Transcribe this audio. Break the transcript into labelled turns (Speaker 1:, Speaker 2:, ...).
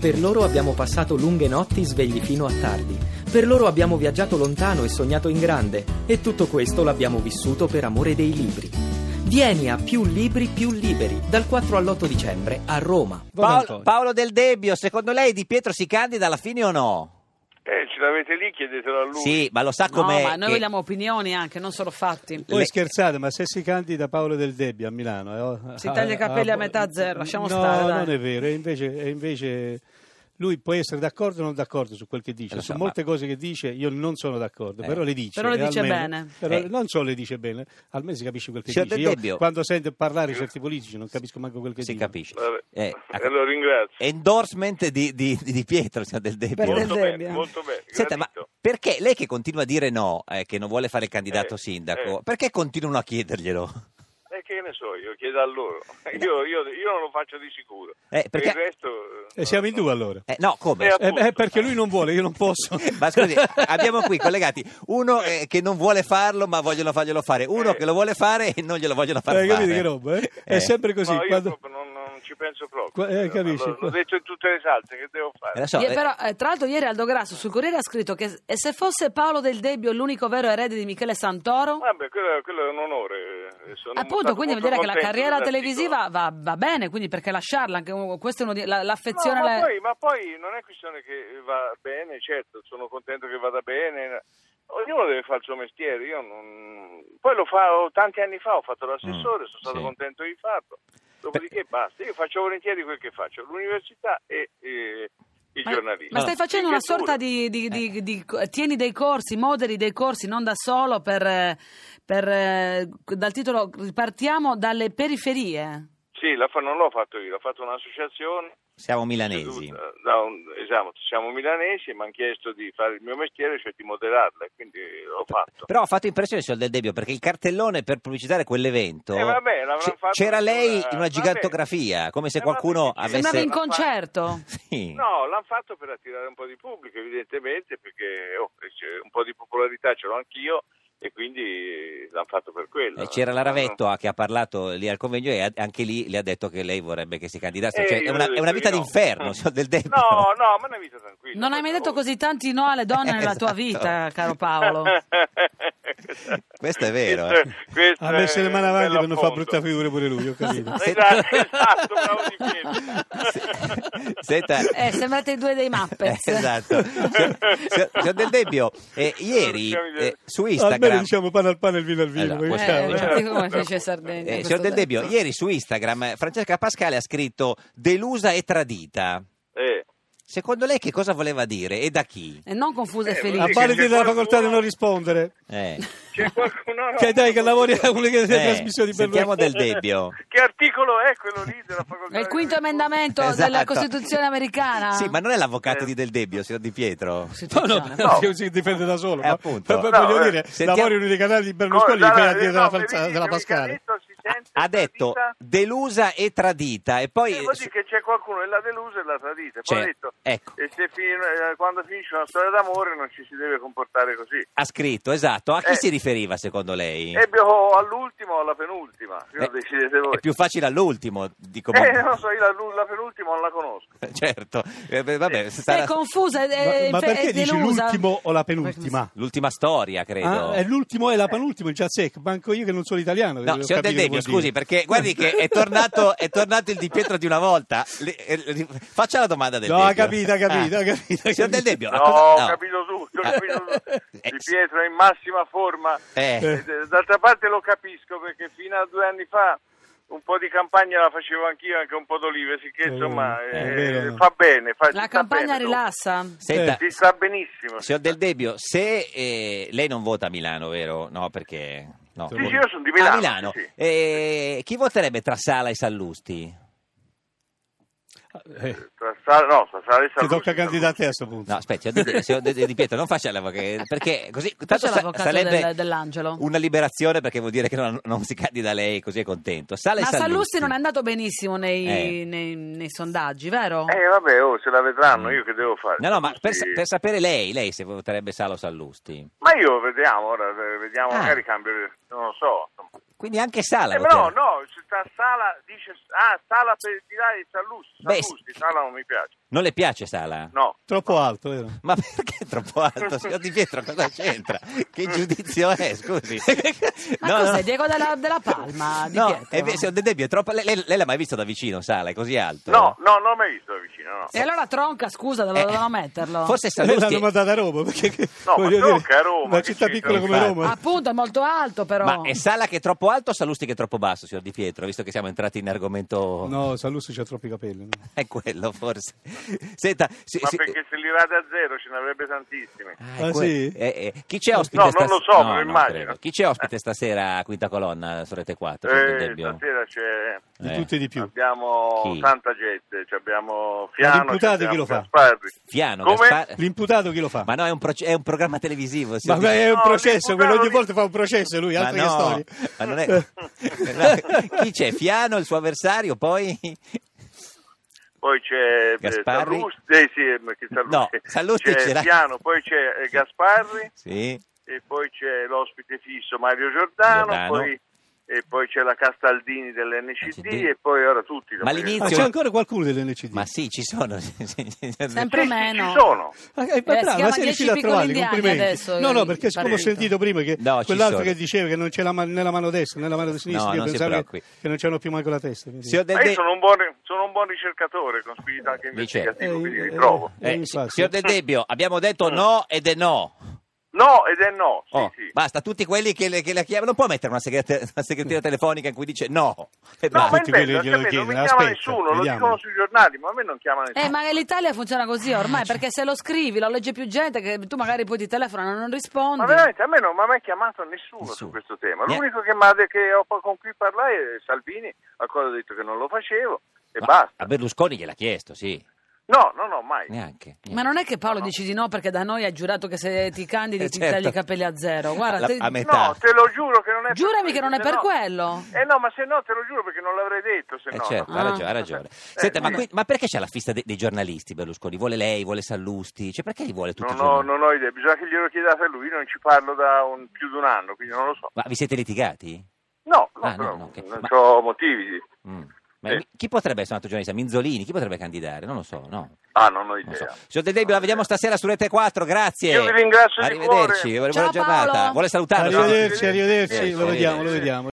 Speaker 1: Per loro abbiamo passato lunghe notti svegli fino a tardi. Per loro abbiamo viaggiato lontano e sognato in grande. E tutto questo l'abbiamo vissuto per amore dei libri. Vieni a Più Libri Più Liberi dal 4 all'8 dicembre a Roma.
Speaker 2: Paolo, Paolo Del Debbio, secondo lei Di Pietro si candida alla fine o no?
Speaker 3: Eh, ce l'avete lì, chiedetelo a lui.
Speaker 2: Sì, ma lo sa
Speaker 4: No,
Speaker 2: com'è.
Speaker 4: ma noi
Speaker 2: che-
Speaker 4: vogliamo opinioni anche, non solo fatti.
Speaker 5: Voi
Speaker 2: Le-
Speaker 5: scherzate, ma se si candida Paolo Del Debbio a Milano... eh,
Speaker 4: Si taglia i capelli a metà, zero, lasciamo
Speaker 5: no,
Speaker 4: stare, dai.
Speaker 5: non è vero, e invece, e invece lui può essere d'accordo o non d'accordo su quel che dice,
Speaker 2: Eh, Lo so,
Speaker 5: su
Speaker 2: ma-
Speaker 5: molte cose che dice io non sono d'accordo,
Speaker 2: Eh.
Speaker 5: però le dice.
Speaker 4: Però le
Speaker 5: e
Speaker 4: dice
Speaker 5: almeno-
Speaker 4: bene.
Speaker 5: però
Speaker 2: Eh.
Speaker 5: Non solo le dice bene, almeno si capisce quel che
Speaker 2: Signor
Speaker 5: dice.
Speaker 2: Del
Speaker 5: Io
Speaker 2: Debbio-
Speaker 5: quando sento parlare certi politici non capisco manco quel che
Speaker 2: si
Speaker 5: dice.
Speaker 2: capisce.
Speaker 3: Vabbè.
Speaker 2: Eh,
Speaker 3: Eh, lo ringrazio.
Speaker 2: Endorsement di, di- di Pietro, signor Del Debbio.
Speaker 4: Per Del
Speaker 3: Molto bene,
Speaker 4: Debbio.
Speaker 3: molto bene.
Speaker 2: Senta, ma
Speaker 3: gradito.
Speaker 2: perché lei che continua a dire no, eh, che non vuole fare il candidato
Speaker 3: Eh,
Speaker 2: sindaco,
Speaker 3: eh.
Speaker 2: perché continuano a chiederglielo?
Speaker 3: Eh, che ne so, io chiedo a loro. Io, io- io non lo faccio di sicuro.
Speaker 2: Eh, perché-
Speaker 3: Per il resto...
Speaker 5: E siamo in due allora.
Speaker 2: Eh, no, come?
Speaker 3: Eh,
Speaker 5: Eh,
Speaker 3: appunto.
Speaker 5: beh, perché lui non vuole, io non posso. Eh,
Speaker 2: Ma scusi, abbiamo qui collegati uno eh, che non vuole farlo ma vogliono farglielo fare, uno
Speaker 3: Eh.
Speaker 2: che lo vuole fare e non glielo vogliono far
Speaker 5: Eh,
Speaker 2: fare.
Speaker 5: capite che roba, eh? È
Speaker 2: Eh.
Speaker 5: sempre così.
Speaker 3: no, io
Speaker 5: quando-
Speaker 3: proprio non, non ci penso proprio.
Speaker 5: Qua- eh,
Speaker 3: L'ho-
Speaker 5: capisci?
Speaker 3: l'ho, detto in tutte le salse, che devo fare?
Speaker 2: Adesso,
Speaker 4: Ie-
Speaker 2: eh,
Speaker 4: però, eh, tra l'altro, ieri Aldo Grasso sul Corriere ha scritto che e se fosse Paolo Del Debbio l'unico vero erede di Michele Santoro?
Speaker 3: Vabbè, quello, quello è un onore. eh, sono
Speaker 4: Appunto,
Speaker 3: stato
Speaker 4: quindi vuol
Speaker 3: molto
Speaker 4: dire che la
Speaker 3: contento
Speaker 4: carriera
Speaker 3: dell'articolo.
Speaker 4: televisiva va, va bene, quindi perché lasciarla? Anche, un- questo è uno di- la-
Speaker 3: No,
Speaker 4: l'affezione.
Speaker 3: ma,
Speaker 4: la-
Speaker 3: poi, ma poi non è questione che va bene, certo, sono contento che vada bene. eh, Ognuno deve fare il suo mestiere, io non... Poi lo fa, ho- tanti anni fa ho fatto l'assessore,
Speaker 2: Mm,
Speaker 3: sono stato
Speaker 2: sì.
Speaker 3: contento di farlo. Dopodiché
Speaker 4: Eh,
Speaker 3: basta, io faccio volentieri quel che faccio, l'università e, e i
Speaker 4: ma-
Speaker 3: giornalisti.
Speaker 4: ma stai facendo
Speaker 3: E
Speaker 4: una
Speaker 3: che dura.
Speaker 4: sorta di, di-
Speaker 2: Eh.
Speaker 4: di- di- tieni dei corsi, moderi dei corsi, non da solo per, eh, per, eh, dal titolo partiamo dalle periferie.
Speaker 3: Sì, la fa- non l'ho fatto io, l'ha fatto un'associazione
Speaker 2: siamo milanesi.
Speaker 3: Seduta da un- esatto, siamo milanesi e mi hanno chiesto di fare il mio mestiere, cioè di moderarla, e quindi l'ho fatto.
Speaker 2: Però ha fatto impressione sul Del Debbio perché il cartellone per pubblicizzare quell'evento
Speaker 3: Eh, vabbè, l'avranno
Speaker 2: c'è-
Speaker 3: fatto
Speaker 2: c'era
Speaker 3: in una-
Speaker 2: lei in una
Speaker 3: vabbè.
Speaker 2: gigantografia, come se
Speaker 3: Eh, vabbè,
Speaker 2: qualcuno
Speaker 3: sì, sì.
Speaker 2: avesse...
Speaker 4: Sembrava in
Speaker 3: Avesse-
Speaker 4: concerto.
Speaker 2: Sì. Eh,
Speaker 3: No, l'hanno fatto per attirare un po' di pubblico, evidentemente, perché oh, c'è un po' di popolarità ce l'ho anch'io e quindi l'hanno fatto per quello.
Speaker 2: Eh, C'era la
Speaker 3: Ravetto
Speaker 2: Ravettoa che ha parlato lì al convegno e a- anche lì le ha detto che lei vorrebbe che si candidasse.
Speaker 3: Eh,
Speaker 2: Cioè,
Speaker 3: io
Speaker 2: è,
Speaker 3: l'ho
Speaker 2: una, è
Speaker 3: detto
Speaker 2: una
Speaker 3: di
Speaker 2: vita
Speaker 3: no.
Speaker 2: d'inferno
Speaker 3: Mm.
Speaker 2: signor del Debbio.
Speaker 3: No, no, ma è una vita tranquilla.
Speaker 4: Non hai mai
Speaker 3: per
Speaker 4: detto
Speaker 3: favore.
Speaker 4: così tanti no alle donne nella tua
Speaker 2: Esatto.
Speaker 4: vita, caro Paolo.
Speaker 2: Questo è vero,
Speaker 3: Questo-
Speaker 2: eh.
Speaker 3: questo
Speaker 5: Ha messo
Speaker 3: è
Speaker 5: le mani avanti
Speaker 3: bello
Speaker 5: per non fare
Speaker 3: appunto.
Speaker 5: brutta figura pure lui, ho capito.
Speaker 2: Se-
Speaker 3: Esatto, esatto, bravo Di Pietro.
Speaker 2: Se- Senta,
Speaker 4: Eh, sembrate i due dei
Speaker 2: Eh,
Speaker 4: Muppets.
Speaker 2: esatto. Signor- Signor signor Del Debbio, eh, ieri eh, su
Speaker 5: Almeno
Speaker 2: Instagram...
Speaker 5: diciamo pane al pane e il vino Cioè, al vino.
Speaker 2: Allora,
Speaker 5: perché
Speaker 2: possiamo-
Speaker 4: Eh,
Speaker 5: siamo-
Speaker 2: diciamo-
Speaker 4: vedi come fece Sardegna.
Speaker 2: Eh,
Speaker 4: questo
Speaker 2: signor Del Debbio, ieri su Instagram eh, Francesca Pascale ha scritto delusa e tradita.
Speaker 3: Eh.
Speaker 2: Secondo lei che cosa voleva dire e da chi?
Speaker 4: E non confusa e
Speaker 3: Eh,
Speaker 4: felice.
Speaker 5: A
Speaker 3: Sì,
Speaker 5: parte
Speaker 3: che c'è
Speaker 5: della facoltà di
Speaker 3: qualcuno-
Speaker 5: non rispondere.
Speaker 2: Eh.
Speaker 3: C'è qualcuno
Speaker 5: Cioè dai che lavori a una che-
Speaker 2: Eh,
Speaker 5: trasmissione di
Speaker 2: sentiamo
Speaker 5: Berlusconi.
Speaker 2: Del Debbio.
Speaker 3: Che articolo è quello lì della facoltà?
Speaker 4: È il
Speaker 3: di
Speaker 4: quinto
Speaker 3: Berlusconi?
Speaker 4: emendamento della
Speaker 2: Esatto.
Speaker 4: Costituzione americana.
Speaker 2: Sì, ma non è l'avvocato
Speaker 3: Eh.
Speaker 2: di Del Debbio, signor Di Pietro.
Speaker 5: No, no,
Speaker 4: Costituzione.
Speaker 5: no, che si difende da solo.
Speaker 2: Eh,
Speaker 5: ma-
Speaker 2: appunto.
Speaker 5: ma- ma
Speaker 3: No,
Speaker 5: voglio
Speaker 3: eh,
Speaker 5: dire,
Speaker 2: sentiamo-
Speaker 5: lavori in uno dei canali di Berlusconi,
Speaker 3: Cosa-
Speaker 5: per dire
Speaker 3: no,
Speaker 5: della,
Speaker 3: mi
Speaker 5: falsa- della
Speaker 3: dici che un
Speaker 5: Pascale.
Speaker 3: cadetto si sente
Speaker 2: Ha detto
Speaker 3: tradita?
Speaker 2: delusa e tradita e poi
Speaker 3: Eh, vuol dire che c'è qualcuno che l'ha delusa e l'ha tradita. Poi
Speaker 2: Cioè,
Speaker 3: ha detto,
Speaker 2: ecco.
Speaker 3: e se fin- eh, quando finisce una storia d'amore non ci si deve comportare così.
Speaker 2: ha scritto, esatto, a chi
Speaker 3: Eh.
Speaker 2: si riferiva secondo lei?
Speaker 3: Ebbe o all'ultima o alla penultima, se
Speaker 2: Beh,
Speaker 3: lo decidete voi.
Speaker 2: Eh, è più facile all'ultimo, dico
Speaker 3: Eh,
Speaker 2: ma-
Speaker 3: non lo so, io la, la penultima non la conosco.
Speaker 2: certo. Eh, beh, vabbè,
Speaker 4: Sei
Speaker 2: sarà
Speaker 4: confusa e-
Speaker 5: Ma,
Speaker 4: e
Speaker 2: Eh,
Speaker 5: ma
Speaker 4: e
Speaker 5: perché dici
Speaker 4: delusa.
Speaker 5: l'ultimo o la penultima?
Speaker 2: l'ultima storia, Eh, credo. Eh.
Speaker 5: Ah, è l'ultimo e la penultima, il già secco, manco io che non sono italiano.
Speaker 2: No,
Speaker 5: devo
Speaker 2: signor Del
Speaker 5: capire
Speaker 2: Debbio,
Speaker 5: che vuol
Speaker 2: scusi,
Speaker 5: dire.
Speaker 2: perché guardi che è tornato, è tornato il Di Pietro di una volta. Le- eh, ri- faccia la domanda del
Speaker 5: No,
Speaker 2: Debbio. Ah.
Speaker 5: ha capito, ha capito, ha capito, ha
Speaker 2: Signor Del
Speaker 5: capito.
Speaker 2: Debbio,
Speaker 3: No,
Speaker 2: a cosa-
Speaker 3: ho
Speaker 2: no.
Speaker 3: capito tutto, ho
Speaker 2: Ah.
Speaker 3: capito tutto.
Speaker 2: Eh,
Speaker 3: Di Pietro è in massima forma.
Speaker 2: Eh.
Speaker 3: Eh, d- D'altra parte lo capisco perché fino a due anni fa un po' di campagna la facevo anch'io, anche un po' d'olive, sì che
Speaker 5: Eh,
Speaker 3: insomma
Speaker 5: eh,
Speaker 3: eh,
Speaker 5: è vero.
Speaker 3: fa bene. fa- si
Speaker 4: La
Speaker 3: sta
Speaker 4: campagna
Speaker 3: bene, tu.
Speaker 4: rilassa.
Speaker 5: eh.
Speaker 2: Senta,
Speaker 3: Si sta benissimo.
Speaker 2: signor Del Debbio, se eh, lei non vota a Milano, vero? No, perché... No.
Speaker 3: Sì, sì, io sono di Milano.
Speaker 2: A Milano.
Speaker 3: sì, sì.
Speaker 2: Eh, chi voterebbe tra Sala e Sallusti?
Speaker 5: Eh,
Speaker 3: Tra Sa- no, tra Sala e
Speaker 5: Ti
Speaker 3: Saluzzi,
Speaker 5: tocca
Speaker 3: Saluzzi.
Speaker 5: candidati a questo punto.
Speaker 2: No, aspetti, signor Di- signor Di- Di Pietro, non faccia l'avvocato, perché così tanto
Speaker 4: Faccia
Speaker 2: sa-
Speaker 4: l'avvocato
Speaker 2: sarebbe
Speaker 4: del- dell'angelo.
Speaker 2: una liberazione perché vuol dire che non, non si candida lei, così è contento. Sala e
Speaker 4: Ma Sallusti
Speaker 2: Sallusti
Speaker 4: non è andato benissimo nei,
Speaker 2: Eh.
Speaker 4: nei- nei sondaggi, vero?
Speaker 3: Eh vabbè, oh, se la vedranno, io che devo fare?
Speaker 2: Mm. No, no, ma per, sa-
Speaker 3: Sì.
Speaker 2: per sapere lei, lei se voterebbe Salo Sallusti.
Speaker 3: Ma io vediamo, ora eh, vediamo,
Speaker 2: Ah.
Speaker 3: magari cambio, non lo so. insomma.
Speaker 2: Quindi anche Sala.
Speaker 3: Eh, ma
Speaker 2: dottor.
Speaker 3: no, no, c'è sta sala, dice, ah, sala per di là di Sallusti,
Speaker 2: Beh,
Speaker 3: Sallusti, sala non mi piace,
Speaker 2: Non le piace Sala?
Speaker 3: no.
Speaker 5: Troppo alto, vero?
Speaker 2: Ma perché è troppo alto? Signor Di Pietro, cosa c'entra? Che giudizio è, scusi?
Speaker 4: Ma cos'è, Diego della, della Palma? Di
Speaker 2: no,
Speaker 4: Pietro?
Speaker 2: è ve- signor De Debbio, è troppo... Lei, lei- lei l'ha mai visto da vicino, Sala? È così alto?
Speaker 3: No, no, non l'ho mai visto da vicino, no.
Speaker 4: E allora Tronca, scusa, dove
Speaker 2: Eh,
Speaker 4: dovevano metterlo?
Speaker 2: Forse
Speaker 5: Eh,
Speaker 2: Sallusti...
Speaker 5: L'hanno mandata a Roma perché che-
Speaker 3: No, ma
Speaker 5: voglio
Speaker 3: Tronca
Speaker 5: dire,
Speaker 3: è Roma,
Speaker 5: Una
Speaker 3: che
Speaker 5: città
Speaker 3: c'entra?
Speaker 5: piccola come
Speaker 2: Infatti.
Speaker 5: Roma.
Speaker 4: Appunto, è molto alto però.
Speaker 2: Ma è Sala che è troppo alto o Sallusti che è troppo basso, signor Di Pietro? Visto che siamo entrati in argomento...
Speaker 5: No, Sallusti c'ha troppi capelli. no?
Speaker 2: È quello, forse. Senta... si-
Speaker 3: Ma
Speaker 2: si-
Speaker 3: perché se li rate a zero ce ne avrebbe tantissimi.
Speaker 2: Ah, è
Speaker 5: Ah,
Speaker 2: que-
Speaker 5: sì?
Speaker 2: eh, eh, Chi c'è
Speaker 5: No,
Speaker 2: ospite
Speaker 3: non
Speaker 2: stas-
Speaker 3: lo so, me lo
Speaker 2: non
Speaker 3: immagino.
Speaker 2: credo. Chi c'è ospite stasera a Quinta Colonna, Sorete 4? signor De
Speaker 3: Eh,
Speaker 2: Debbio?
Speaker 3: stasera c'è...
Speaker 5: Di
Speaker 2: Eh.
Speaker 5: tutti e di più.
Speaker 3: Abbiamo
Speaker 2: Chi?
Speaker 3: tanta gente, ci abbiamo Fiano, ci
Speaker 5: l'imputato
Speaker 3: abbiamo
Speaker 5: chi lo fa?
Speaker 3: Gasparri.
Speaker 2: Fiano,
Speaker 3: Come?
Speaker 2: Gaspar-
Speaker 5: L'imputato chi lo fa?
Speaker 2: Eh. Ma no, è un, proce- è un programma televisivo.
Speaker 5: Ma
Speaker 2: signor Di-
Speaker 5: è un
Speaker 3: No,
Speaker 5: processo,
Speaker 3: l'imputato
Speaker 5: quello ogni
Speaker 3: di-
Speaker 5: volta fa un processo lui, altre che
Speaker 2: no,
Speaker 5: storie.
Speaker 2: ma non è... No, Chi c'è? Fiano, il suo avversario, poi...
Speaker 3: Poi c'è eh,
Speaker 2: Gasparri?
Speaker 3: Sallusti, eh, sì, eh, che Sallusti.
Speaker 2: No, Sallusti
Speaker 3: c'è
Speaker 2: c'era-
Speaker 3: Fiano, poi c'è eh, Gasparri
Speaker 2: Sì,
Speaker 3: e poi c'è l'ospite fisso Mario Giordano,
Speaker 2: Giordano.
Speaker 3: Poi, e poi c'è la Castaldini dell'NCD
Speaker 2: NCD.
Speaker 3: e poi ora tutti.
Speaker 2: Ma all'inizio-
Speaker 5: Ma c'è ancora qualcuno dell'NCD?
Speaker 2: ma sì, ci sono. Sempre...
Speaker 4: Sempre
Speaker 3: Sì, sì,
Speaker 4: meno.
Speaker 3: Ci sono.
Speaker 5: Ma eh,
Speaker 4: si
Speaker 5: bravo,
Speaker 4: chiama
Speaker 5: ma sei
Speaker 4: Dieci
Speaker 5: riuscito a
Speaker 4: piccoli
Speaker 5: trovarli,
Speaker 4: indiani
Speaker 5: complimenti.
Speaker 4: adesso,
Speaker 5: no, no,
Speaker 4: il
Speaker 5: perché siccome ho
Speaker 4: partito.
Speaker 5: sentito prima che
Speaker 2: No, ci
Speaker 5: quell'altro
Speaker 2: sono.
Speaker 5: che diceva che non c'è la man- né la mano destra né la mano sinistra,
Speaker 2: No,
Speaker 5: io
Speaker 2: non si
Speaker 5: pensavo
Speaker 2: preoccupi.
Speaker 5: che, che non c'erano più manco la testa. quindi-
Speaker 2: Signor De-
Speaker 3: Ma io
Speaker 2: De-
Speaker 3: sono un, buon, sono un buon ricercatore con spirito anche
Speaker 2: Mi cerca.
Speaker 5: Eh,
Speaker 3: investigativo, quindi mi
Speaker 5: eh,
Speaker 3: trovo.
Speaker 5: eh,
Speaker 2: Eh,
Speaker 5: infatti.
Speaker 2: signor Del Debbio, abbiamo detto no ed è no.
Speaker 3: No, ed è no. Mm. Sì,
Speaker 2: Oh,
Speaker 3: sì.
Speaker 2: Basta, tutti quelli che, le- che la chiamano, non può mettere una, segrete- una
Speaker 5: Mm.
Speaker 2: segreteria telefonica in cui dice no. E
Speaker 3: No,
Speaker 2: basta.
Speaker 3: ma è
Speaker 5: tutti
Speaker 3: bello,
Speaker 5: quelli glielo
Speaker 3: cioè, a me non mi
Speaker 5: chiedono,
Speaker 3: chiama
Speaker 5: aspetta,
Speaker 3: nessuno, lo
Speaker 5: vediamo.
Speaker 3: dicono sui giornali, ma a me non chiama nessuno.
Speaker 4: Eh, ma l'Italia funziona così ormai,
Speaker 2: Ah,
Speaker 4: perché se lo scrivi lo legge più gente, che tu magari poi ti telefonano e non rispondi.
Speaker 3: Ma veramente a me non mi ha mai chiamato nessuno
Speaker 2: Nessuno.
Speaker 3: su questo tema.
Speaker 2: Ne-
Speaker 3: L'unico che, m'ha de- che ho, con cui parlai è Salvini, al quale ho detto che non lo facevo e
Speaker 2: Ma
Speaker 3: basta.
Speaker 2: A Berlusconi gliel'ha chiesto, sì.
Speaker 3: No, no, no, mai.
Speaker 2: Neanche. neanche.
Speaker 4: Ma non è che Paolo dici di no perché da noi ha giurato che se ti candidi
Speaker 2: Eh,
Speaker 4: ti
Speaker 2: certo.
Speaker 4: tagli i capelli a zero. Guarda,
Speaker 2: Alla-
Speaker 4: te-
Speaker 2: a metà.
Speaker 3: No, te lo giuro che non è per
Speaker 4: giurami
Speaker 3: quello,
Speaker 4: che non è
Speaker 3: se
Speaker 4: per
Speaker 3: no-
Speaker 4: quello.
Speaker 3: Eh no, ma se no te lo giuro perché non l'avrei detto, se
Speaker 2: Eh,
Speaker 3: no.
Speaker 2: certo,
Speaker 3: no.
Speaker 2: ha
Speaker 4: Ah.
Speaker 2: ragione, ha ragione. Senta,
Speaker 3: Eh,
Speaker 2: ma,
Speaker 3: sì.
Speaker 2: qui- ma perché c'è la fissa de- dei giornalisti Berlusconi? Vuole lei, vuole Sallusti? Cioè, perché li vuole tutti
Speaker 3: Non
Speaker 2: i
Speaker 3: ho,
Speaker 2: giornalisti?
Speaker 3: non ho idea, bisogna che glielo chiedate a lui, non ci parlo da un- più di un anno, quindi non lo so.
Speaker 2: Ma vi siete litigati?
Speaker 3: No, no,
Speaker 2: Ah, no,
Speaker 3: però
Speaker 2: no, ok.
Speaker 3: non
Speaker 2: Ma-
Speaker 3: ho motivi.
Speaker 2: Mm. Ma
Speaker 3: Sì.
Speaker 2: Chi potrebbe essere un altro giornalista? Minzolini? Chi potrebbe candidare? Non lo so, no.
Speaker 3: Ah, non ho
Speaker 2: Non
Speaker 3: idea.
Speaker 2: so. Signor Del Debbio, la vediamo stasera su Rete 4, grazie.
Speaker 3: Io vi ringrazio di
Speaker 2: Arrivederci, buona
Speaker 3: cuore.
Speaker 4: Ciao,
Speaker 2: giornata.
Speaker 4: Paolo.
Speaker 2: Vuole salutarci?
Speaker 5: Arrivederci,
Speaker 3: Sì,
Speaker 5: arrivederci,
Speaker 2: sì,
Speaker 5: lo vediamo, lo
Speaker 2: sì.
Speaker 5: vediamo.